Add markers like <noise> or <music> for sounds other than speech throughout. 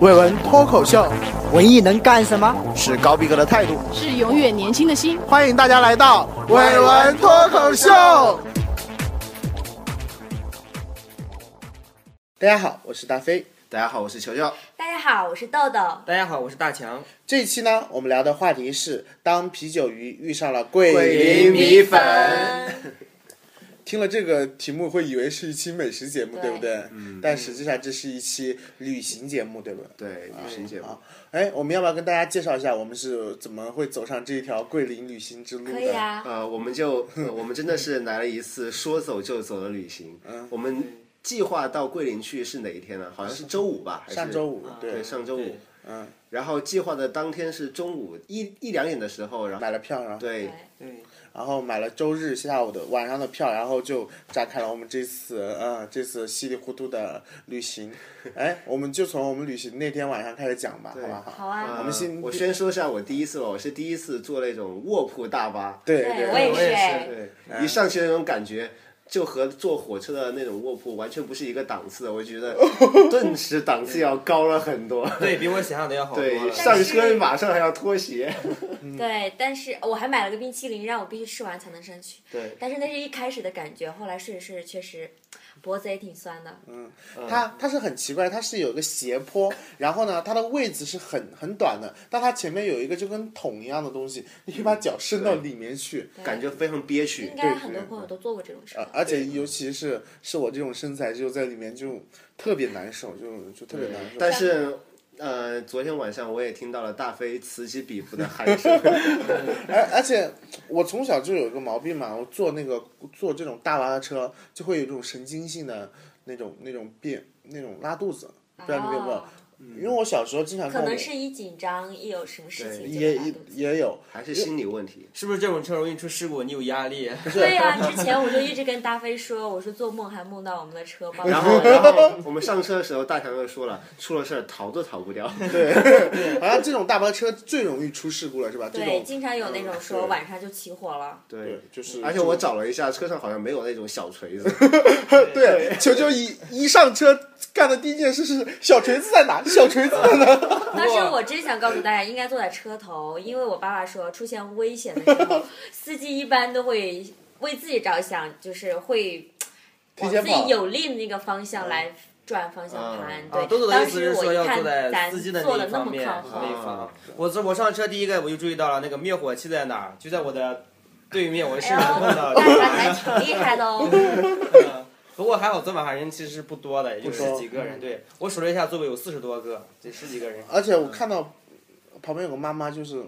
伟文脱口秀文艺能干什么？是高逼格的态度，是永远年轻的心。欢迎大家来到伟文脱口秀。大家好，我是大飞。大家好，我是球球。大家好，我是豆豆。大家好，我是大强。这一期呢，我们聊的话题是：当啤酒鱼遇上了桂桂林米粉听了这个题目，会以为是一期美食节目，对对不对？但实际上这是一期旅行节目，对不对？对，旅行节目。啊，哎，我们要不要跟大家介绍一下我们是怎么会走上这一条桂林旅行之路的？可以啊，呃，我们就、呃我们真的是来了一次说走就走的旅行。嗯我们计划到桂林去是哪一天呢？好像是周五吧？还是上周五，嗯对对，，上周五。嗯，然后计划的当天是中午一一两点的时候，然后买了票，然后对对，然后买了周日下午的晚上的票，然后就展开了我们这次呃这次稀里糊涂的旅行。哎，我们就从我们旅行那天晚上开始讲吧，好吧？好啊呃我们先我先说一下我第一次吧，我是第一次坐那种卧铺大巴，对对对，我也是哎对，一上去的那种感觉。就和坐火车的那种卧铺完全不是一个档次的，我 <laughs> 觉得顿时档次要高了很多。对比我想象的要好多对，了。上但车是马上还要脱鞋。对，但是我还买了个冰淇淋，让我必须吃完才能上去。对，但是那是一开始的感觉，后来睡着睡着确实脖子也挺酸的。嗯它它是很奇怪，它是有一个斜坡，然后呢，它的位置是很很短的，但它前面有一个就跟桶一样的东西，你可以把脚伸到里面去。感觉非常憋屈应。该很多朋友都做过这种事呃，。而且尤其是是我这种身材，就在里面就特别难受，就就特别难受。但是，呃，昨天晚上我也听到了大飞此起彼伏的喊声。而而且我从小就有一个毛病嘛，我坐那个坐这种大巴的车，就会有一种神经性的那种那种便那种拉肚子，不知道你们有没有？哦因为我小时候经常可跟我能是一紧张，一有什么事情就啊也会拉也肚子。也有， <laughs> 还是心理问题。是不是这种车容易出事故？你有压力？ <laughs> 对呀、之前我就一直跟大飞说， <laughs> 我说做梦还梦到我们的车帮我然 <laughs> 后，然后我们上车的时候，大强就说了，出了事儿逃都逃 <laughs> 不掉。好像这种大巴车最容易出事故了，是吧？这对，种经常有那种说对晚上就起火了。对，就是而且我找了一下，车上好像没有那种小锤子。 <laughs> 对球球一一上车干的第一件事是小锤子在哪？小锤子在哪？ <laughs> 当时我真想告诉大家，应该坐在车头，因为我爸爸说，出现危险的时候， <laughs> 司机一般都会为自己着想，就是会提往前自跑嗯己有利的那个方向来转方向盘。嗯啊，豆对，豆的当意思时是我说一要看坐在咱司机的坐那的一那方么面靠那一啊后，方。我是我上车第一个我就注意到了那个灭火器在哪儿，就在我的对面，我是哎呦，能碰到那的。还挺厉害的哦。 <laughs> 不过还好，昨晚上人其实是不多的，也就不多十几个人。对我数了一下，座位有四十多个，这十几个人。而且我看到旁边有个妈妈，就是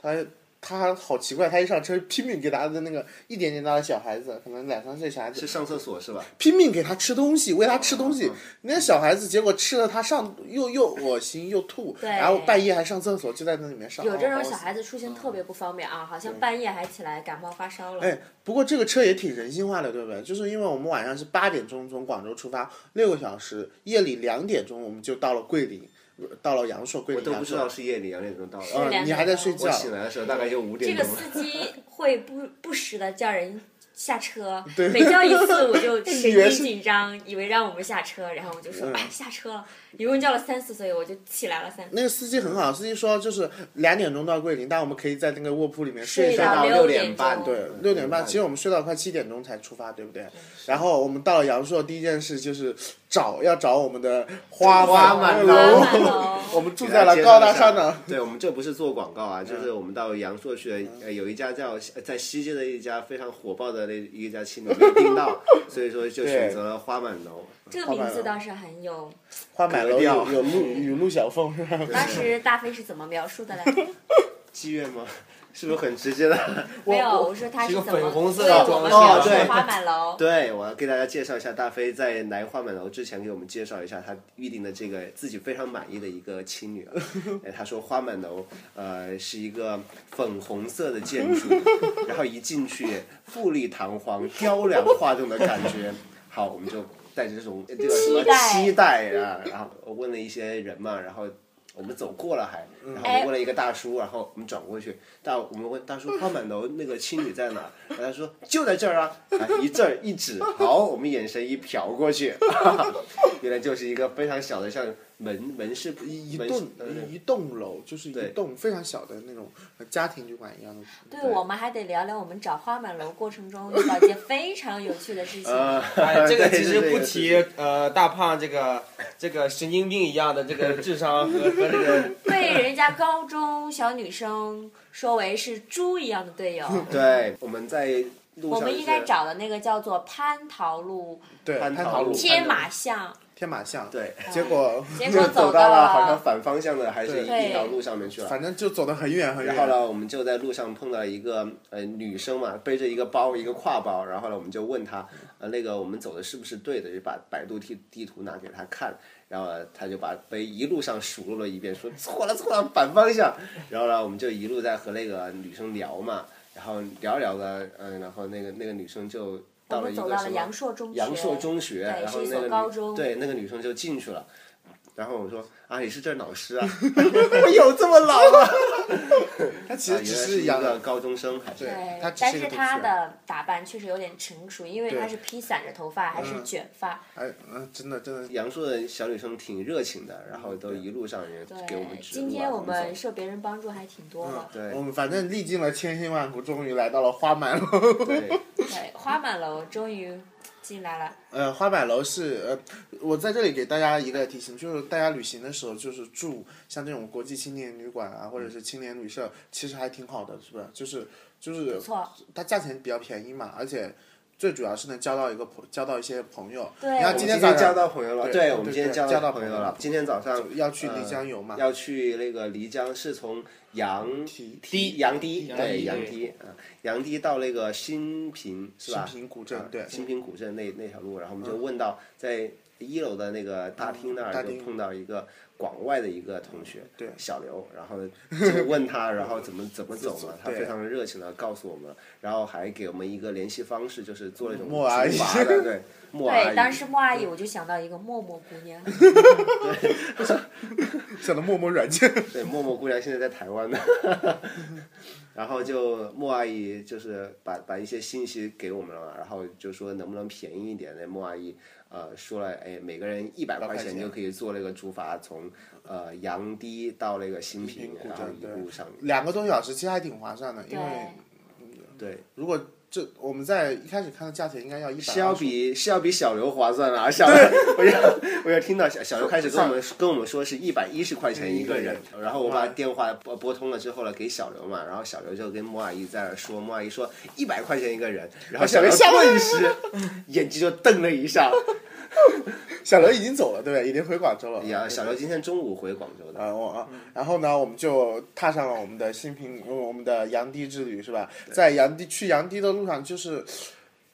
她，她好奇怪，她一上车拼命给她的那个一点点大的小孩子，可能两三岁小孩是子，上厕所是吧？拼命给她吃东西，喂她吃东西嗯嗯。那小孩子结果吃了，她上又又恶心又吐，对然后半夜还上厕所，就在那里面上。有这种哦小。孩子出行特别不方便啊，好像半夜还起来感冒发烧了。哎，不过这个车也挺人性化的，对不对？就是因为我们晚上是八点钟从广州出发，六个小时，夜里两点钟我们就到了桂林，不是到了阳朔，桂我林都阳朔。不知道是夜里两点钟到是的。嗯，你还在睡觉我。醒来的时候大概就五这点个钟了。司机会不不时的叫人下车，每叫一次我就神以为经是紧张，以为让我们下车，然后我就说、哎下车了，一共叫了三次，所以我就起来了三次。那个司机很好，司机说就是两点钟到桂林，但我们可以在那个卧铺里面睡一睡下到到六点点半嗯钟对，六点半，其实我们睡到快七点钟才出发，对不对？然后我们到了阳朔，第一件事就是找要找我们的花花满满八楼万楼，楼 <laughs> 我们住在了高大上的。对，我们这不是做广告啊，就是我们到阳朔去，呃有一家叫在西街的一家非常火爆的那一家青旅没有订到， <laughs> 所以说就选择了花满楼。这个名字倒是很有。花满楼格调有有陆与陆小凤是吧？当时大飞是怎么描述的来着？妓院吗？ <laughs> 是不是很直接的？没有，我说他是是个怎么粉红色对的我们装啊描饰述哦对花满 <laughs> 楼。对，我要给大家介绍一下，大飞在来花满楼之前给我们介绍一下他预定的这个自己非常满意的一 <laughs> 个青旅啊。哎他说花满楼呃是一个粉红色的建筑， <laughs> 然后一进去富丽堂皇、雕梁画栋的感觉。 <laughs> 好，我们就带着这种这个什么期待期待啊，然后我问了一些人嘛，然后。我们走过了还，然后我们问了一个大叔，然后我们转过去，大啊我们问大叔花满楼那个青旅在哪？ <laughs> 然后他说就在这儿啊，啊一这儿一指，好，我们眼神一瞟过去， <laughs> 原来就是一个非常小的，像门门市一一门栋呃一栋楼，就是对一栋非常小的那种呃家庭旅馆一样的。对我们还得聊聊我们找花满楼过程中遇到一些非常有趣的事情。呃，哎，这个 <laughs> 对其是实这不个提呃大胖这个这个神经病一样的这个智商和和这个 <laughs> 被人家高中小女生说为是猪一样的队友。对，我们在路上我们应该是找的那个叫做蟠桃路对，嗯蟠蟠桃桃路路、天 <laughs> 马巷，天马巷。，对，<laughs> 结果结就果走到到了好像反方向的还是一对条路上面去了。反正就走得很远很然后远。呢，我们就在路上碰到一个呃女生嘛，背着一个包，一个挎包。然后呢，我们就问她，呃，那个我们走的是不是对的？就把百度地地图拿给她看，然后呢她就把背一路上数落了一遍，说错了错了，反方向。然后呢，我们就一路在和那个女生聊嘛，然后聊聊的，嗯、然后那个那个女生就我到了们一走个到什了么阳朔中学。阳朔中学，对然后是一那所个高女中对那个女生就进去了。然后我说啊，你是这儿老师 <laughs> 啊？我有这么老吗？他其实只啊是一养个高中生，还是对对他，只但是一是个同她啊学的打扮确实有点成熟，因为对她是披散着头发，还是卷发。哎，嗯，真的真的阳朔的小女生挺热情的，然后都一路上也给我对们，指路啊今天我怎么们走嗯受别人帮助还挺多的。对我们反正历尽了千辛万苦，终于来到了花满楼。<laughs> <laughs> 对对，花满楼终于进来了。呃，花满楼是呃，我在这里给大家一个提醒，就是大家旅行的时候，就是住像这种国际青年旅馆啊，或者是青年旅社，其实还挺好的，是不是？就是就是不错，它价钱比较便宜嘛，而且最主要是能交到一个朋交到一些朋友。对你我看们今今天早交上到朋友了，对对对我们今天对交交到到朋朋友友了了。今天早上要去呃漓江游嘛要去那个漓江是从杨堤堤杨堤杨对堤杨对堤，嗯杨堤到那个新平是吧？新平古镇啊对嗯新平古镇那那条路，然后我们就问到在一楼的那个大厅那大儿就厅碰到一个广外的一个同学，对小刘，然 <laughs> 后就问他，然后怎么怎么走嘛，他对非常热情的告诉我们，然后还给我们一个联系方式，就是做了一种默哀竹筏的对。默哀对，当时莫阿姨我就想到一个默默姑娘，嗯想的陌陌软件， <laughs> 对，默默姑娘现在在台湾呢，然后就莫阿姨就是把把一些信息给我们了，然后就说能不能便宜一点？那莫阿姨呃说了，哎，每个人一百块块钱钱就可以坐那个竹筏从呃杨堤到那个新平，平古然后镇一路上对，两个多小时其实还挺划算的，因为对对，如果这我们在一开始看的价钱应该要一百，是要比是要比小刘划算了啊！小刘，我要我要听到小小刘开始跟我们跟我们说是一百一十块钱一个人，嗯然后我把电话拨拨通了之后呢，给小刘嘛，然后小刘就跟莫阿姨在那说，莫阿姨说一百块钱一个人，然后小刘顿时 <laughs> 眼睛就瞪了一下，小刘已经走了，对不对？已经回广州了。哎呀，小嗯刘今天中午回广州的，啊，我啊，然后呢，我们就踏上了我们的新平，呃我们的杨堤之旅，是吧？在杨堤去杨堤的路上，就是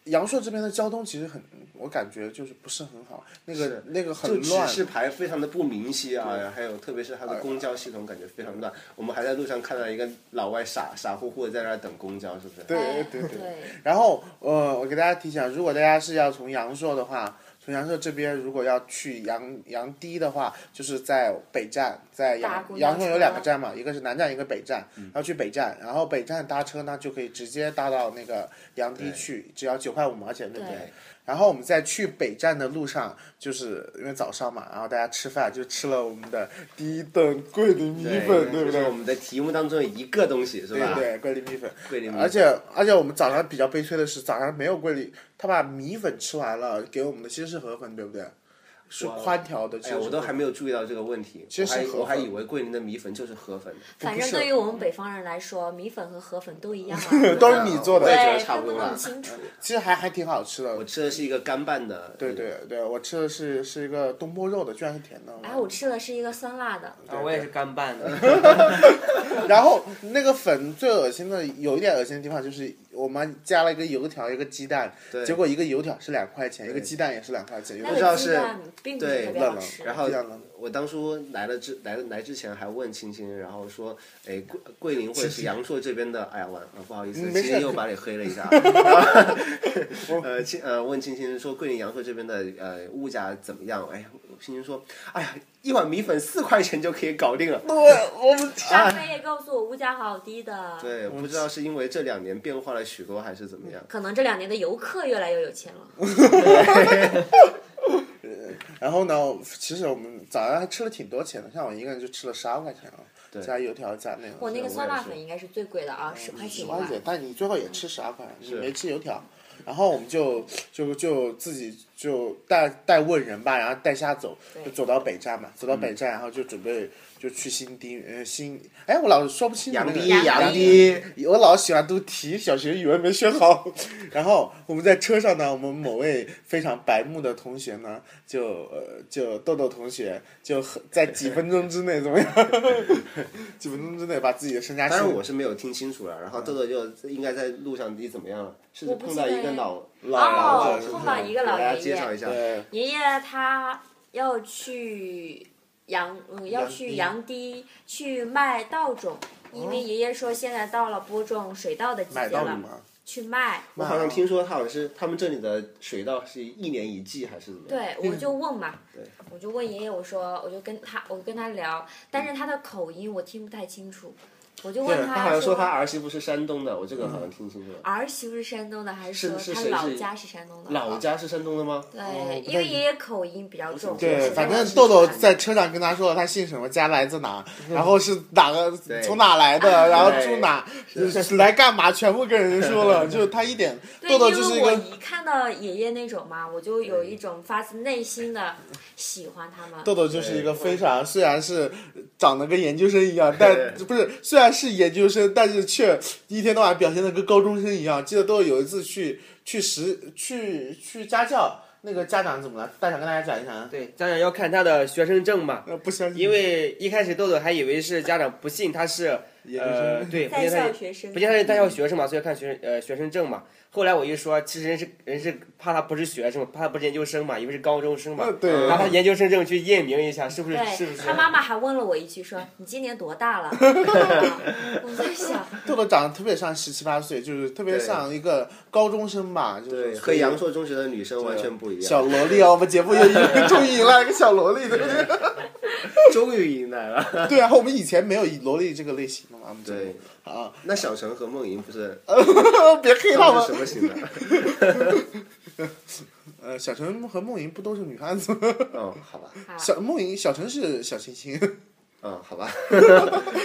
阳朔这边的交通其实很，我感觉就是不是很好，那个那个就很指乱，哎示牌非常的不明晰啊，还有特别是它的公交系统感觉非常乱，我们还在路上看到一个老外傻傻乎乎的在那儿等公交，是不是？对哎对对对然后，呃，我给大家提醒，如果大家是要从阳朔的话，从阳朔这边如果要去阳阳堤的话，就是在北站，在搭阳公交阳朔车有两个站嘛，一个是南站，一个北站。然后去北站，然后北站搭车呢，就可以直接搭到那个阳堤去，只要九块五毛钱，对不对？对然后我们在去北站的路上，就是因为早上嘛，然后大家吃饭就吃了我们的第一顿桂林米粉，对不这对是我？们的题目当中的一个东西是吧？对对，桂林米粉。桂林米粉而且而且我们早上比较悲催的是，早上没有桂林，他把米粉吃完了，给我们的其实是河粉，对不对？是宽条的，其哎，实是我都还没有注意到这个问题，其实是我还河粉我还以为桂林的米粉就是河粉，反不正是，对于我们北方人来说，米粉和河粉都一 <laughs> 样啊 <laughs> 都是米做的我也觉得对，差分不不多弄了。清楚。其实还还挺好吃我的。吃的是一个干拌的，对对对，我吃的是是一个东坡肉的，居然是甜的。嗯哎，我吃的是一个酸辣的，嗯啊，我也是干拌的。然 <laughs> 后那个粉最恶心的，有一点恶心的地方就是我们加了一个油条，一个鸡蛋，对结果一个油条是两块钱，一个鸡蛋也是两块钱，有那的知道个鸡是蛋并不是特别对好冷了吃。然后这样的我当初来了之来来之前还问青青，然后说，哎，桂桂林或者是阳朔这边的，哎呀，晚、啊不好意思，嗯青没事青又把你黑了一 <laughs> 下。然后呃，青呃问青青说桂林阳朔这边的呃物价怎么样？哎呀，青青说，哎呀，一碗米粉四块钱就可以搞定了。对， <laughs> 我们大飞也告诉我物价好低的，啊对，嗯不知道是因为这两年变化了许多，还是怎么样。可能这两年的游客越来越有钱了。然后呢，其实我们早上还吃了挺多钱的，像我一个人就吃了十二块钱啊，加油条加那个。我那个是酸我也辣是粉应该是最贵的啊，十十块钱一块碗。钱，但你最后也吃十二块，你没吃油条。然后我们就就就自己就带带问人吧，然后带下走，就走到北站嘛，走到嗯北站，然后就准备就去新丁呃新，哎，我老是说不清楚那杨个迪，杨杨迪迪，我老喜欢读题，小学语文没学好。 <laughs> 然后我们在车上呢，我们某位非常白目的同学呢，就呃就豆豆同学，就很在几分钟之内怎么样？ <laughs> 几分钟之内把自己的身家当性然我是没有听清楚了。然后豆豆就应该在路上你怎么样了？是不是我不碰到一记个得老老老人哦，是碰不到是一个给大老家爷介绍一爷，下，对爷爷他要去杨，嗯，要杨去堤杨堤去卖稻种，因哦为爷爷说现在到了播种水稻的季买节到了了，吗？去卖。我好像听说他好像是他们这里的水稻是一年一季还是怎么样？对，我就问嘛，对我就问爷爷，我说，我就跟他，我跟他聊，但是他的口音我听不太清楚，我就问他好像说说他儿媳妇是山东的，我这个好像听清楚了。儿媳妇是山东的，还是说是他谁老是家是山东的？老家是山东的吗？对，不因为太爷爷口音比较重。对对，是反在正四豆豆川在车上跟他说了他姓什么，家来自哪，然后是哪个对从哪来的，然后住对哪，来干嘛，全部跟人说了，就是他一点对，豆豆就因是为一我个一看到爷爷那种嘛，我就有一种发自内心的喜欢他们。豆豆就是一个对非常虽然是长得跟研究生一样，但对不是虽然是研究生，但是却一天到晚表现的跟高中生一样。记得豆豆有一次去去实去去家教，那个家长怎么了？大长跟大家讲一讲啊，对，家长要看他的学生证嘛，呃，不相信，因为一开始豆豆还以为是家长不信他是研究呃生对，不在信他校也学生不，见他是在校学生嘛，所以要看学生呃学生证嘛。后来我一说，其实人是人是怕他不是学生，怕他不是研究生嘛，以为是高中生嘛呃，对，拿他研究生证去验明一下，是不是是不对是他？妈妈还问了我一句，说你今年多大了？我在想，豆豆长得特别像十七八岁，就是特别对像一个高中生吧，就是对，和阳朔中学的女生完全不一小样。萝 <laughs> 莉啊，我们节目又终于迎来了一个 <laughs> 小萝莉，对不对？终于迎来了。对啊，我们以前没有萝莉这个类型的嘛，我们节目对，啊， <laughs> 那小陈和梦莹不是别黑他他们是什们。么型的？呃，小陈和梦莹不都是女汉子吗？ <laughs> 哦，好吧，啊，小梦莹，小陈是小清新， <laughs> 嗯，好吧，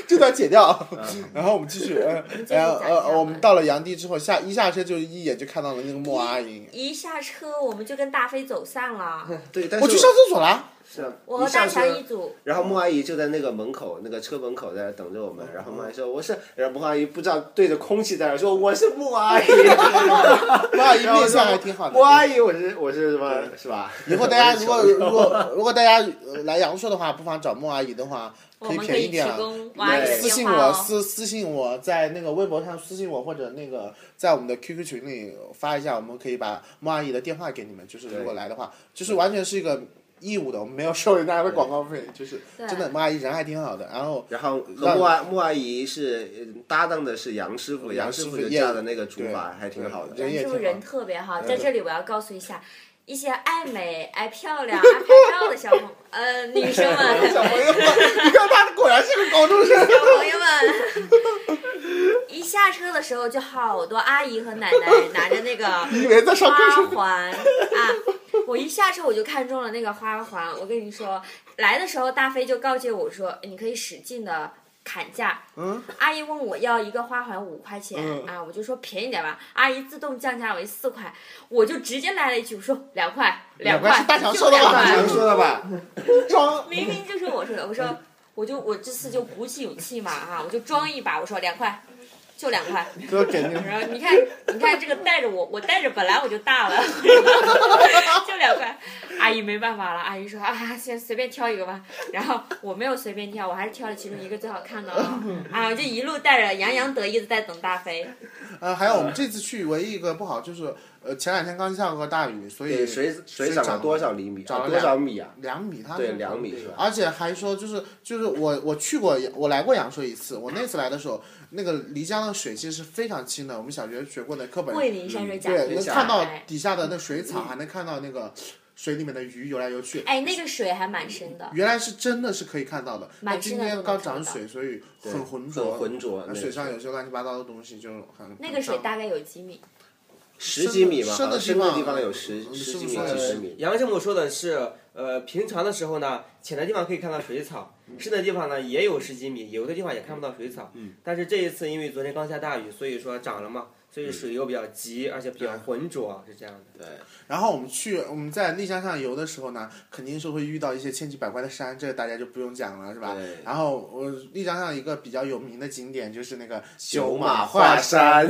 这段剪掉。嗯然后我们继续， <laughs> 呃，继续然后讲一下呃，我们吧到了杨堤之后，下一下车就一眼就看到了那个莫阿姨，一下车我们就跟大飞走散 <laughs> 了，对，但是我去上厕 <laughs> 所了。是啊我和一上大车强一组。然后莫阿姨就在那个门口，那个车门口在那等着我们。然后莫阿姨说：“我是。”然后莫阿姨不知道对着空气在那说：“我是莫阿姨。莫阿姨面相还 <laughs> 挺好”的莫。阿姨，我是我是什么是吧？ <laughs> 以后大家如果如果如果大家呃来阳朔的话，不妨找莫阿姨的话，我以们可便宜以提点啊。供娃的对私信电话我，哦。私私信我，在那个微博上私信我，或者那个在我们的 QQ 群里发一下，我们可以把莫阿姨的电话给你们。就是如果来的话，就是完全是一个义务的，我们没有收人家的广告费，就是对真的莫阿姨人还挺好的。然 <laughs> 后然后和莫阿莫阿姨是呃搭档的是杨师傅，杨师傅就嫁的那个竹筏还挺好的。哎人也是挺不好嗯是人特别好？在这里我要告诉一下，一些爱美、爱漂亮、爱拍照的小 <laughs> 朋呃女生们，小朋友们，你看他果然是个高中生。小朋友们， <laughs> 一下车的时候就好多阿姨和奶奶拿着那个以为在上课花环啊！我一下车我就看中了那个花环，我跟你说，来的时候大飞就告诫我说，你可以使劲的。砍价，嗯，阿姨问我要一个花环五块钱、嗯啊，我就说便宜点吧，阿姨自动降价为四块，我就直接来了一句，我说两块，两块块，是大强就说的两吧块大强说的吧？装明明就是我说的，我说我就我这次就鼓起勇气嘛啊，我就装一把，我说两块，就两块。哥肯定然后你看你看这个带着我，我带着本来我就大了， <laughs> 就两块。阿姨没办法了，阿姨说啊，先随便挑一个吧。然后我没有随便挑，我还是挑了其中一个最好看的啊， <laughs> 啊，我就一路带着洋洋得意的在等大飞。呃，还有我们这次去唯一一个不好就是，呃，前两天刚下过大雨，所以对，水水涨了多少厘米？涨了啊多少米啊？两米，他对，啊说两米是吧？而且还说就是就是我我去过我来过阳朔一次，我那次来的时候，那个漓江的水其实是非常清的，我们小学学过的课本，桂林山水嗯甲对，天能下看到哎底下的那水草，还能看到那个水里面的鱼游来游去。哎，那个水还蛮深的， <laughs> 原来是真的是可以看到的，那蛮今深的都天能刚看涨得到水，所以对很浑很浊，浑浊。啊那那水个上有些乱七八糟的东西就很那个水很脏大概有几米？十几米吧，啊深的深地方地方有十嗯十几是不米、啊是几十米。杨师母说的是，呃，平常的时候呢，浅的地方可以看到水草，深的地方呢也有十几米，有的地方也看不到水草。嗯。但是这一次因为昨天刚下大雨，所以说涨了嘛，所以水流比较急，而且比较浑浊，是这样的。对，然后我们去我们在丽江上游的时候呢，肯定是会遇到一些千奇百怪的山，这个大家就不用讲了，是吧对？然后我丽江上一个比较有名的景点就是那个九马马画山，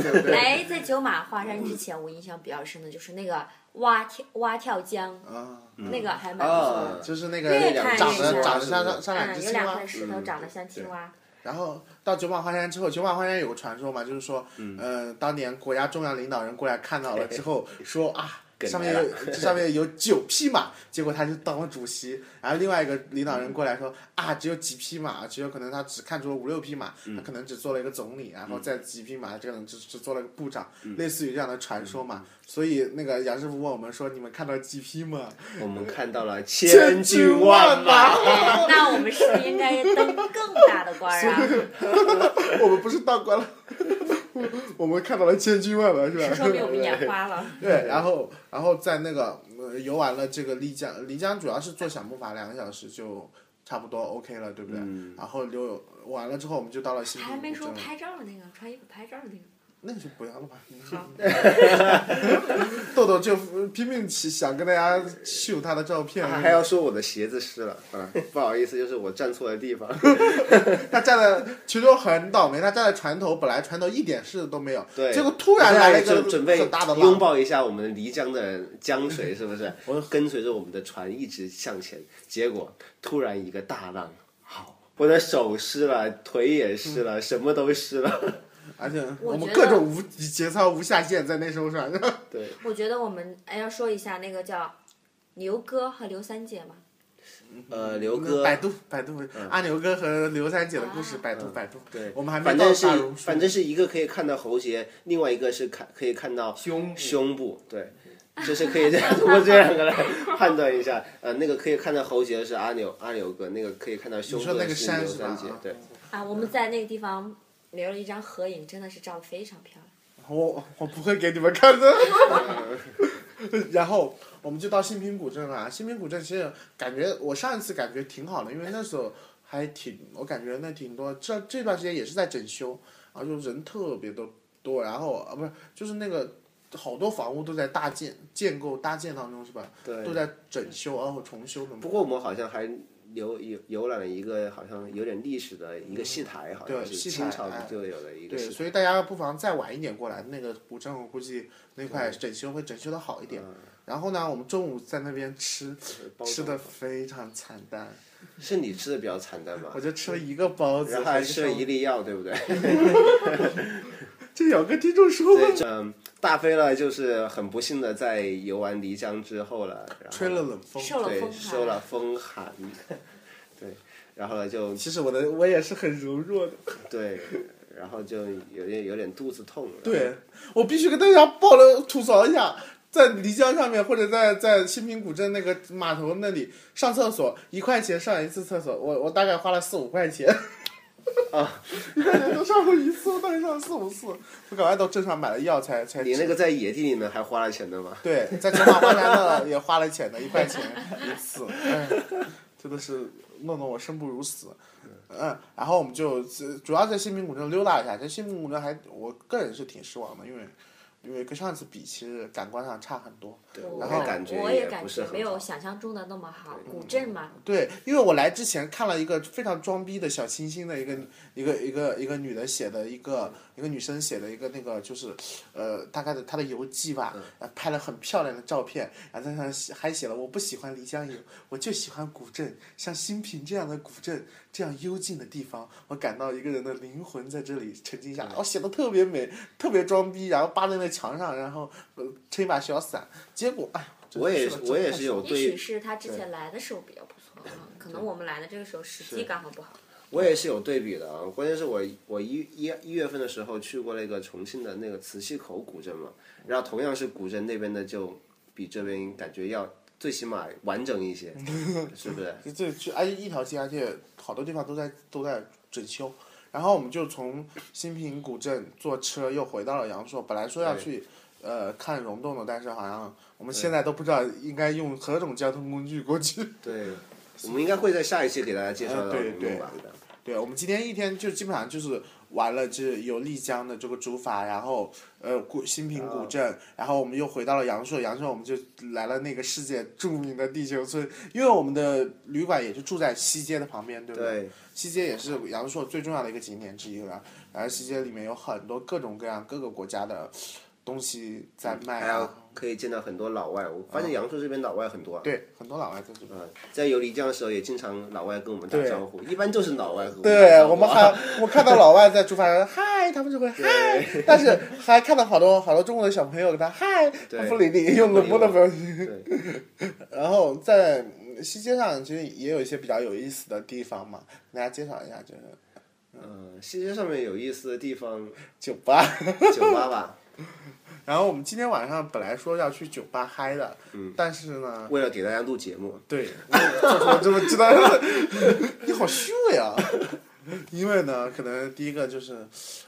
山 <laughs> 对不对？哎，在九马华山之前，我印象比较深的就是那个蛙跳蛙跳江，啊，那个还蛮不错的。啊，就是那个对看长一得下长得像像像两嗯，只有青两蛙块，石头长得像青蛙，然后到九马华山之后，九马华山有个传说嘛，就是说，嗯、呃，当年国家重要领导人过来看到了之后，说啊， <laughs> 梗上面来有这上面有九匹马，结果他就当了主席。然后另外一个领导人过来说啊，只有几匹马，只有可能他只看出了五六匹马，嗯他可能只做了一个总理，然后再几匹马，这个人只只做了个部长，嗯类似于这样的传说嘛。所以那个杨师傅问我们说，你们看到几匹马？ <laughs> 我们看到了千军万万马马。哎 <laughs> 那我们是不是应该登更大的官儿啊？我们不是当官了， <laughs> 我们看到了千军万马，是吧？是说明我们眼花了。对，然后然后在那个、呃、游玩了这个丽江，丽江主要是坐小木筏两个小时就差不多 OK 了，对不对？嗯然后游完了之后，我们就到了新还平没古镇说了，拍照的那个，穿衣服拍照的那个。那就不要了吧。好，豆豆就拼命起想跟大家秀他的照片，啊还要说我的鞋子湿了，啊， <laughs> 不好意思，就是我站错了地方。他站在其中很倒霉，他站在船头，本来船头一点事都没有， <laughs> 对，结果突然来了一就个准备很大 <laughs> 的拥浪，抱一下我们漓江的江水，是不是？我跟随着我们的船一直向前，结果突然一个大浪，好，我的手湿了，腿也湿了，什么都湿了。而且我们觉各得种无节操无下限在那艘船上。对，我觉得我们哎要说一下那个叫牛哥和刘三姐嘛。呃，嗯刘那哥，嗯百度百度阿牛哥和刘三姐的故事，啊百度百度。对，我们还没反到正是大榕树。反正是一个可以看到喉结，另外一个是看可以看到胸部胸部，对，就是可以 <laughs> 这样通过这两个来判断一下。呃，那个可以看到喉结的是阿牛阿牛哥，那个可以看到胸你部说那的个是山刘是吧？三姐啊，对。啊，我们在那个地方留了一张合影，真的是照的非常漂亮。我我不会给你们 <laughs> 看的。然后我们就到新平古镇了。啊新平古镇其实感觉我上一次感觉挺好的，因为那时候还挺，我感觉那挺多。这这段时间也是在整修，然后就人特别的多，然后啊不是就是那个。好多房屋都在搭建、建构、搭建当中是吧？对都在整修，然后重修的嘛。不过我们好像还游游游览了一个好像有点历史的一个戏台，好像嗯对是戏台清朝哎就有的一个对，戏台。所以大家不妨再晚一点过来，那个古镇我估计那嗯块整修会整修的好一点。然后呢，我们中午在那边吃，包吃装的非常惨淡，是你吃的比较惨淡吧我？就吃了一个包子，然后还还有吃了一个烧。粒药，对不对？这有个听众说对，这嗯，大飞呢，就是很不幸的在游玩漓江之后了，然后吹了冷风。受了对风受寒了，风寒，对，然后呢就其实我的我也是很柔弱的，对，然后就有点有点肚子痛，然后对我必须跟大家爆了吐槽一下。在漓江上面，或者在在新平古镇那个码头那里上厕所，一块钱上一次厕所，我我大概花了四五块钱，啊， <laughs> 一块钱都上过一次，我大概上了四五次，我赶快到镇上买了药才才吃。你那个在野地里面还花了钱的吗？对，在九马花山那也花了钱的，一块钱一次，哎， <laughs> 真的是弄得我生不如死。嗯，然后我们就主主要在新平古镇溜达一下，在新平古镇还我个人是挺失望的，因为因为跟上次比，其实感官上差很多。对，我我然后感觉我也感不是觉很没有好嗯想象中的那么好。古镇嘛，对，因为我来之前看了一个非常装逼的小清新的一个一个一个一个女的写的一个一个女生写的一个那个就是呃大概的她的游记吧，嗯呃拍了很漂亮的照片，然后在上写还写了我不喜欢漓江游，我就喜欢古镇，像新平这样的古镇，这样幽静的地方，我感到一个人的灵魂在这里沉浸下嗯来，哦写的特别美，特别装逼，然后扒在那墙上，然后呃撑一把小伞，结果哎。真我的也是的我真也太是爽有也许对，是他之前来的时候比较不错啊，可能我们来的这个时候时机刚 <laughs> 好不好。我也是有对比的啊。关键是我我一一一月份的时候去过那个重庆的那个磁器口古镇嘛，然后同样是古镇那边的就比这边感觉要最起码完整一 <laughs> 些，是不是？就这去，而且一条街，而且好多地方都在都在整修。然后我们就从新平古镇坐车又回到了阳朔，本来说要去呃看溶洞的，但是好像我们现在都不知道应该用何种交通工具过去。 <laughs> 对，我们应该会在下一期给大家介绍到呃对龙对洞吧的。对，我们今天一天就基本上就是玩了这有丽江的这个竹筏，然后呃古新平古镇，然后我们又回到了阳朔，阳朔我们就来了那个世界著名的地球村，因为我们的旅馆也是住在西街的旁边，对不对？对，西街也是阳朔最重要的一个景点之一了，然后西街里面有很多各种各样各个国家的东西在嗯卖还有啊，可以见到很多老外，我发现阳朔这边老外很多啊。对，很多老外都是。嗯，在游漓江的时候也经常老外跟我们打对招呼，一般就是老外和对我我们们打招呼啊还我看到老外在煮饭，嗨，他们就会嗨，但是还看到好多好多中国的小朋友跟他嗨，他对不理你，用冷漠的表情。对然后在嗯西街上其实也有一些比较有意思的地方嘛，给大家介绍一下，就是嗯，西街上面有意思的地方，酒吧。酒吧吧，然后我们今天晚上本来说要去酒吧嗨的，嗯但是呢，为了给大家录节目，对，我怎么知道？你好虚伪啊！因为呢，可能第一个就是，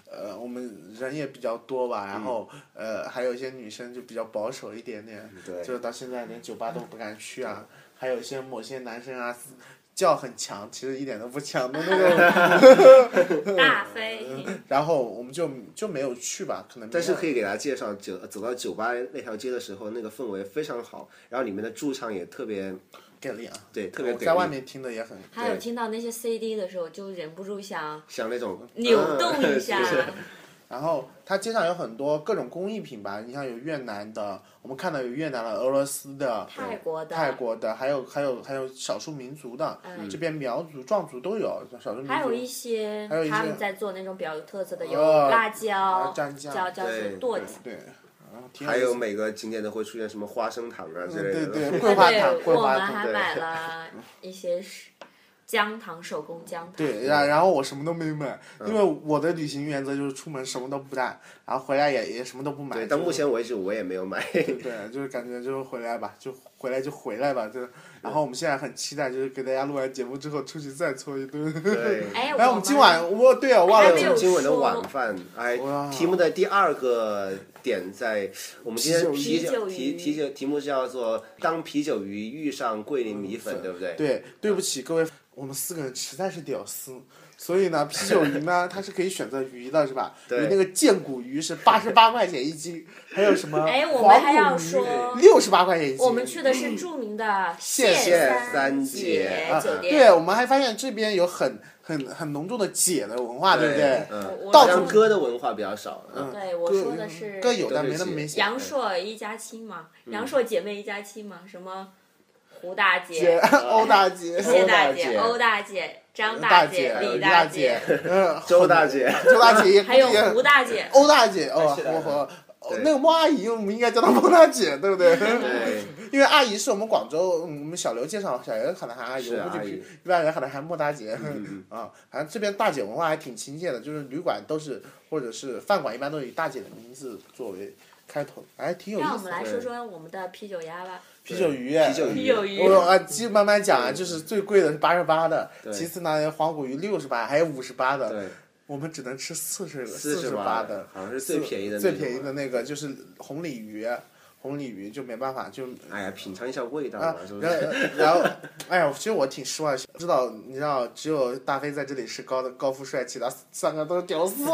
呃，我们人也比较多吧，然后、呃，还有一些女生就比较保守一点点，对就是到现在连酒吧都不敢去啊。还有一些某些男生啊，叫很强，其实一点都不强的 <laughs> 那种。大飞，嗯然后我们就就没有去吧，可能。但是可以。以给大家介绍酒走到酒吧那条街的时候，那个氛围非常好，然后里面的驻唱也特别给力啊！对特别我给在力外面听的也很。还有听到那些 CD 的时候，就忍不住想像那种扭动一下 <laughs> <laughs> 嗯。是然后它街上有很多各种工艺品吧，你像有越南的，我们看到有越南的、俄罗斯的、泰国的，嗯泰国的，还有还有还有少数民族的，这边苗族、壮族都有，少数民族还有一些还有一些他们在做那种比较有特色的，有呃辣椒、蘸酱椒椒对是剁子，对，然后挺还意思有每个景点都会出现什么花生糖啊之类的，对 <laughs> 嗯对桂对花糖、对，桂我花们糖，还对买了一些是姜糖，手工姜糖。对，然嗯然后我什么都没买，因为我的旅行原则就是出门什么都不带，然后回来也也什么都不买。对，到就目前为止我也没有买。 <laughs> 对，就是感觉就是回来吧，就回来就回来吧，就。然后我们现在很期待，就是给大家录完节目之后出去再搓一顿。对， <laughs> 哎，然后我们今晚，我对啊，忘还了有没今今有晚的说晚饭，哎哇，题目的第二个点在我们今天啤啤酒酒鱼题题酒题目是叫做“当啤酒鱼遇上桂林米粉”，对不对？对，对不起各位，我们四个人实在是屌丝，所以呢，啤酒鱼呢，它是可以选择鱼的，是吧？对有那个剑骨鱼是八十八块钱一斤，还有什么哎我们黄还要骨说鱼六十八块钱一斤。我们去的是著名的谢谢三三姐姐啊酒对，店，我们还发现这边有很很很浓重的姐的文化，对不对？我啊嗯，我到说像哥的文化比较少，嗯，对我各说的是各有，但嗯对没不那么起明显。杨烁一家亲嘛，杨烁姐妹一家亲嘛，什么胡大姐姐、嗯 <laughs> 欧大姐、嗯谢大欧大姐欧大姐、张大姐、李李大姐，， <laughs> 嗯，周大 <laughs> 姐，周大姐也还有胡大姐，欧大姐哦，是的我和哦对那个莫阿姨，我们应该叫她莫大姐，对不 <laughs> 对？对，因为阿姨是我们广州，嗯我们小刘介绍，小刘喊她喊阿姨，是我估阿计姨嗯一般人喊她喊莫大姐 <laughs> 啊。反正这边大姐文化还挺亲切的，就是旅馆都是或者是饭馆一般都以大姐的名字作为开头，哎，挺有意让我思们的。来说说我们的啤酒鸭吧，啤酒鱼，哎啤酒啤鱼酒鱼。我啊，继续慢慢讲啊，就是最贵的是八十八的，对其次呢，黄骨鱼六十八，还有五十八的，对，我们只能吃四十四十十八的，好像是最便宜的，最便宜的。那个就是红鲤鱼，红鲤鱼就没办法就哎呀，品尝一下味道啊嘛，是，不然后呃是？然 <laughs> 后，哎呀，其实我挺失望，知道你知道，只有大飞在这里是高的高富帅，其他三个都是屌丝。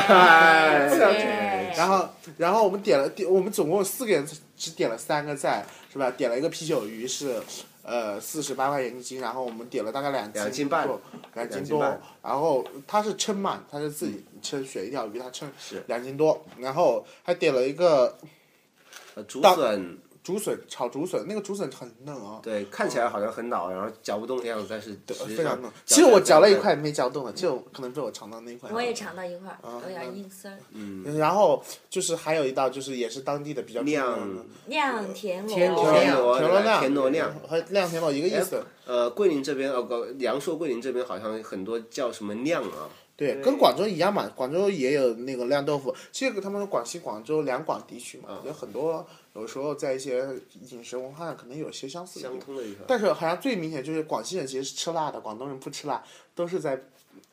哎耶 <laughs> 然后，然后我们点了点，我们总共四个人只点了三个菜，是吧？点了一个啤酒鱼是，呃，四十八块钱一斤，然后我们点了大概两两斤斤半多，两斤两斤多半，嗯然后他是称嘛，他是自己称选一条鱼，他称是两斤多，然后还点了一个呃竹笋，竹笋炒竹笋，那个竹笋很嫩啊，对，看起来好像很老，然后嚼不动的样子，但是对，实际非常上嫩。其实我嚼了一块。块没嚼动的，就可能被我尝到那一块。嗯我也。尝到一块儿，有点硬丝儿，嗯然后就是还有一道，就是也是当地的比较出名的酿酿嗯田螺，田螺田螺嗯田螺酿，田螺酿和酿田螺一个意思。呃，桂林这边，呃，不阳朔桂林这边好像很多叫什么酿啊，对，跟广州一样嘛，广州也有那个酿豆腐。其实他们广西、广州、两广地区嗯嘛，有很多有时候在一些饮食文化上可能有些相似的地相方。通的地方。但是好像最明显就是广西人其实是吃辣的，广东人不吃辣，都是在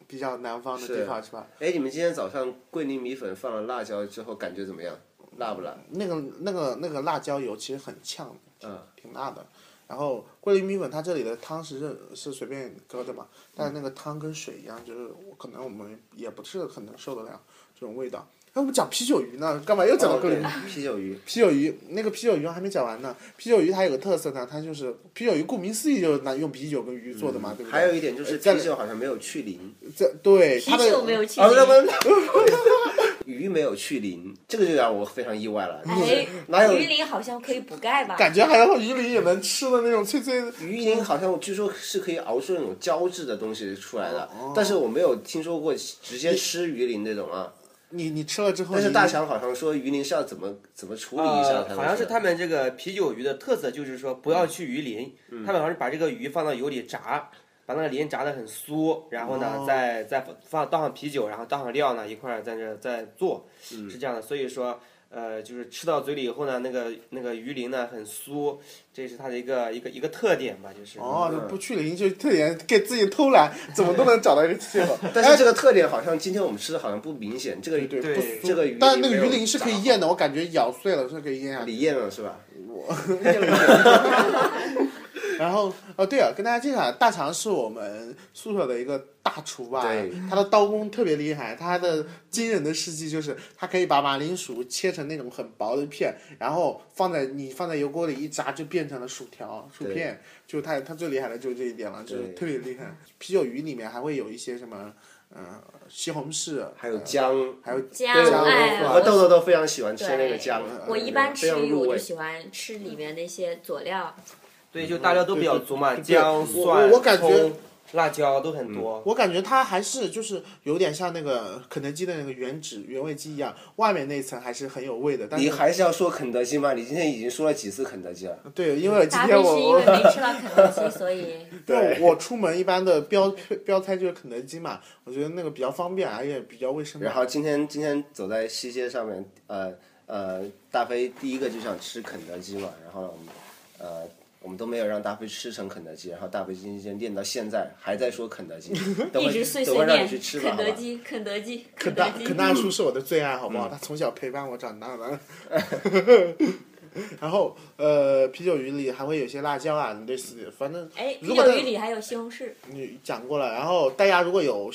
比较南方的地是方是吧？哎，你们今天早上桂林米粉放了辣椒之后，感觉怎么样？辣不辣？那个那个那个辣椒油其实很呛的，嗯，挺辣的。然后桂林米粉它这里的汤是任是随便搁的嘛，嗯但是那个汤跟水一样，就是我可能我们也不是很能受得了这种味道。哎，我们讲啤酒鱼呢，干嘛又讲到哦桂林对米粉？，啤酒鱼，啤酒鱼那个啤酒鱼还没讲完呢。啤酒鱼它有个特色呢，它就是啤酒鱼，顾名思义就是拿用啤酒跟鱼做的嘛，对不对？嗯还有一点就是哎在啤酒好像没有去鳞，这对啤它酒的没有去哦，那腥。么 <laughs> 鱼没有去鳞，这个就让我非常意外了。哎嗯哪，有鱼鳞好像可以补钙吧？感觉好像鱼鳞也能吃的那种脆脆的。鱼鳞好像据说是可以熬出那种胶质的东西出来的，哦但是我没有听说过直接吃鱼鳞那种啊。你你吃了之后，但是你大强好像说鱼鳞是要怎么怎么处理一下才能吃、哦呃，好像是他们这个啤酒鱼的特色，就是说不要去鱼鳞，嗯他们好像是把这个鱼放到油里炸，把那个鳞炸得很酥，然后哦呢，再再放倒上啤酒，然后倒上料呢一块儿在这再做，嗯是这样的。所以说，呃，就是吃到嘴里以后呢，那个那个鱼鳞呢很酥，这是它的一个一个一个特点吧，就是。哦，就不去鳞就特点给自己偷懒，怎么都能找到一个 <laughs> 借口。但是这个特点好像今天我们吃的好像不明显，这个对对不对酥这个鱼但鳞那个没有鱼鳞是可以咽的，我感觉咬碎了是可以咽下去。你咽了是吧？然后哦，对了、跟大家介绍，大肠是我们宿舍的一个大厨吧对，他的刀工特别厉害，他的惊人的事迹就是他可以把马铃薯切成那种很薄的片，然后放在你放在油锅里一炸，就变成了薯条、薯片。就他他最厉害的就是这一点了，就是特别厉害。啤酒鱼里面还会有一些什么，嗯、西红柿，呃还有姜，还有姜对，啊姜哎，我我和豆豆都非常喜欢吃那个姜，我一般吃非常鱼，入我就味。喜欢吃里面那些佐料。对，就大料都比较足嘛，嗯对对对姜、我蒜、我我感觉葱、辣椒都很多。我感觉它还是就是有点像那个肯德基的那个原汁原味鸡一样，外面那层还是很有味的。但你是还是要说肯德基吗？你今天已经说了几次肯德基了？对，因为今大飞天是因我为 <laughs> 我没吃到肯德基，所以因为我出门一般的标标菜就是肯德基嘛，我觉得那个比较方便，而且比较卫生嘛。然后今天今天走在西街上面，呃呃，大飞第一个就想吃肯德基嘛，然后我们呃我们都没有让大飞吃成肯德基，然后大飞今天练到现在还在说肯德 <laughs> 基，等一会直碎等碎会让念你去吃吧，肯德好吧基，肯德基，肯肯德大基肯。大叔是我的最爱，好不嗯好？他从小陪伴我长 <laughs> 大的。然后呃，啤酒鱼里还会有些辣椒啊，你对死，反正哎，如果啤酒大鱼里还有西红柿，你讲过了。然后大家如果有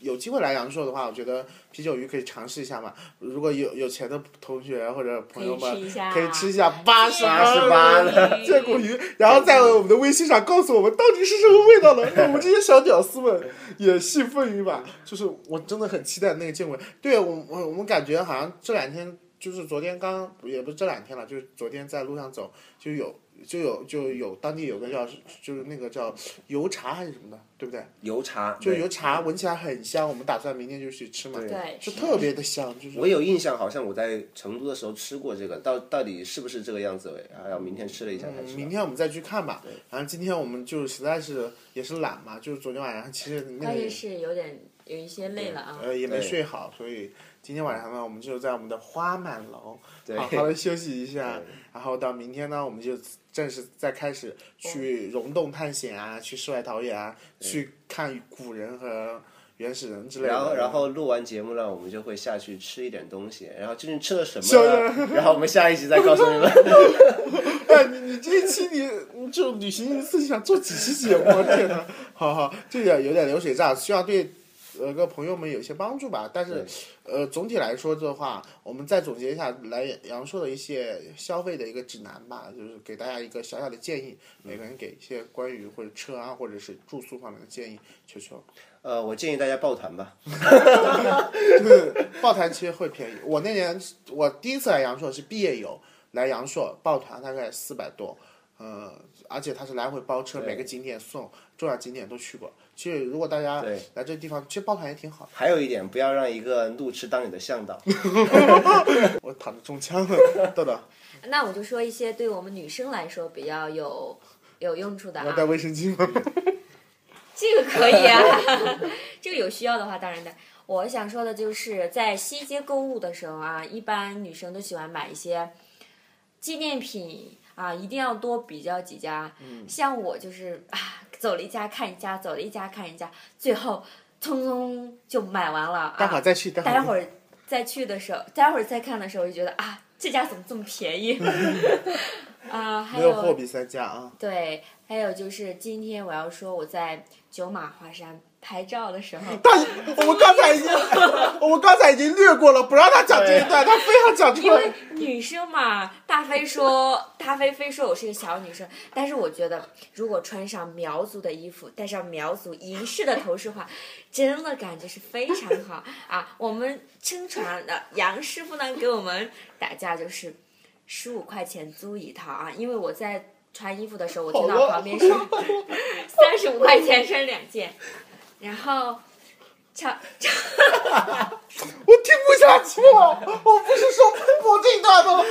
有机会来阳朔的话，我觉得啤酒鱼可以尝试一下嘛。如果有有钱的同学或者朋友可以吃们一下可以吃一下八十88了 <laughs> 这股鱼，然后在我们的微信上告诉我们到底是什么味道 <laughs> 呢？让我们这些小屌丝们也兴奋一把。就是我真的很期待那个见闻。对我我我们感觉好像这两天就是昨天刚也不是这两天了，就是昨天在路上走就有。就有就有当地有个叫就是那个叫油茶还是什么的，对不对？油茶，就对油茶闻起来很香，我们打算明天就去吃嘛。对就是特别的香，就是我有印象，好像我在成都的时候吃过这个，到到底是不是这个样子？哎呀，明天吃了一下才嗯知道。明天我们再去看吧。然后今天我们就实在是也是懒嘛，就是昨天晚上其实那关键个是有点有一些累了啊。呃也没对睡好，所以今天晚上呢，我们就在我们的花满楼好好的休息一下，然后到明天呢，我们就正式再开始去溶洞探险啊，去世外桃源啊，去看古人和原始人之类的。然后，然后录完节目呢，我们就会下去吃一点东西，然后究竟吃了什么呢？然后我们下一集再告诉你们。哎，你你这一期你你就旅行一次你想做几期节目？我天呐，好好，这点有点流水账，希望对呃个朋友们有一些帮助吧。但是呃，总体来说的话，我们再总结一下来杨烁的一些消费的一个指南吧，就是给大家一个小小的建议，每个人给一些关于或者车啊或者是住宿方面的建议。球球，呃，我建议大家抱团吧。 <laughs> 抱团其实会便宜。我那年我第一次来阳朔是毕业游，来阳朔抱团大概四百多，呃，而且它是来回包车，每个景点送，重要景点都去过。其实如果大家对来这地方，其实抱团也挺好还有一点，不要让一个路痴当你的向 <laughs> 导。的。我躺着中枪了， <laughs> 豆豆，那我就说一些对我们女生来说比较有有用处的你要带啊，卫生 <laughs> 巾吗？这个可以啊， <laughs> 这个有需要的话当然带。我想说的就是在西街购物的时候啊，一般女生都喜欢买一些纪念品啊，一定要多比较几家。像我就是啊，走了一家看一家，走了一家看一家，最后匆匆就买完了啊。待会儿再去，待待会会儿。儿再去的时候，待会儿再看的时候就觉得啊，这家怎么这么 <laughs> 便宜？啊、还没有货比三家啊。，对，还有就是今天我要说我在九马华山拍照的时候 <laughs> 但 <laughs> 我们刚才已经， <laughs> 我们刚才已经略过了，不让他讲这一段，他非要讲出因为来。哎女生嘛，大飞说大飞非说我是个小女生，但是我觉得如果穿上苗族的衣服，戴上苗族银饰的头饰的话， <laughs> 真的感觉是非常好啊！我们撑船的杨师傅呢，给我们打价就是十五块钱租一套啊，因为我在穿衣服的时候，我听到旁边是三十五块钱穿两件，然后超。我听不下去了，我不是说喷薄这一段的吗？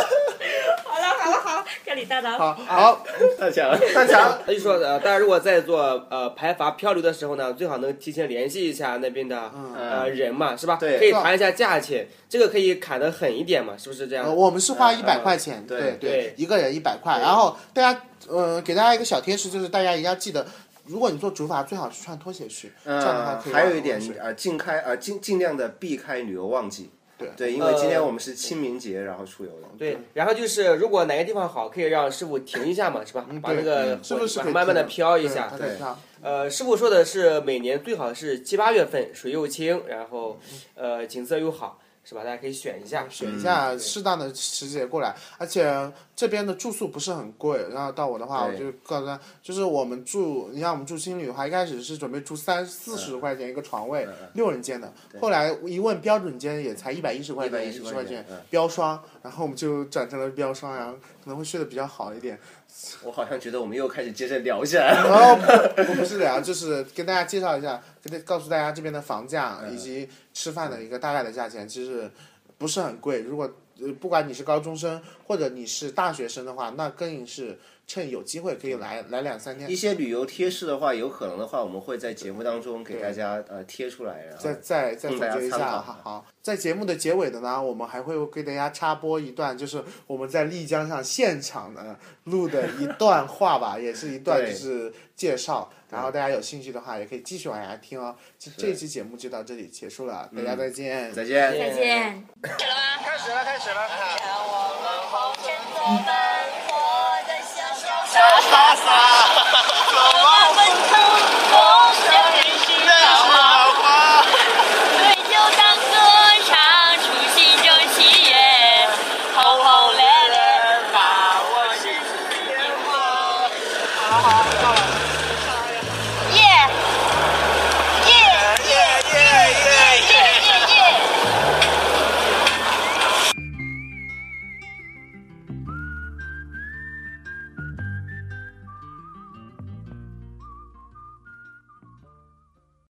<laughs> 好了好了好了，这里大脑好，好，大 <laughs> 强，大强，他就说，呃，大家如果在做呃排伐漂流的时候呢，最好能提前联系一下那边的、嗯呃人嘛，是吧？对可以谈一下价钱，这个可以砍得狠一点嘛，是不是这样？呃我们是花嗯一百块钱，对对对一个人一百块。然后大家，呃，给大家一个小贴士，就是大家一定要记得，如果你做竹筏，最好是穿拖鞋去，这样的话呃，可以。还有一点，呃，尽开呃尽尽量的避开旅游旺季。对因为今天呃我们是清明节，然后出游的。对，然后就是如果哪个地方好，可以让师傅停一下嘛，是吧？把那个嗯是不是可以慢慢的停啊飘一对下它。可以飘呃，师傅说的是每年最好是七八月份，水又清，然后呃景色又好，是吧？大家可以选一下。嗯选一下适当的时节过来，而且这边的住宿不是很贵。然后到我的话，我对就告诉他，就是我们住，你像我们住青旅的话，一开始是准备住三四十块钱一个床位，六人间的。后来一问标准间也才一百一十块钱， 110十块钱钱嗯标双，然后我们就转成了标双，然后可能会睡得比较好一点。我好像觉得我们又开始接着聊起来了。然后我不是聊，就是跟大家介绍一下，跟大告诉大家这边的房价以及吃饭的一个大概的价钱，其实不是很贵。如果呃不管你是高中生或者你是大学生的话，那更是趁有机会可以来来两三天，一些旅游贴士的话，有可能的话，我们会在节目当中给大家呃贴出来，然后再再再供总大家结一下参考啊。好，在节目的结尾的呢，我们还会给大家插播一段，就是我们在丽江上现场呢录的 <laughs> 一段话吧，也是一段就对是介绍。然后大家有兴趣的话，也可以继续往下听哦。这这期节目就到这里结束了，大家再见。嗯再见。再见。开始了，开始了。让我们红尘作伴，活得潇潇洒洒。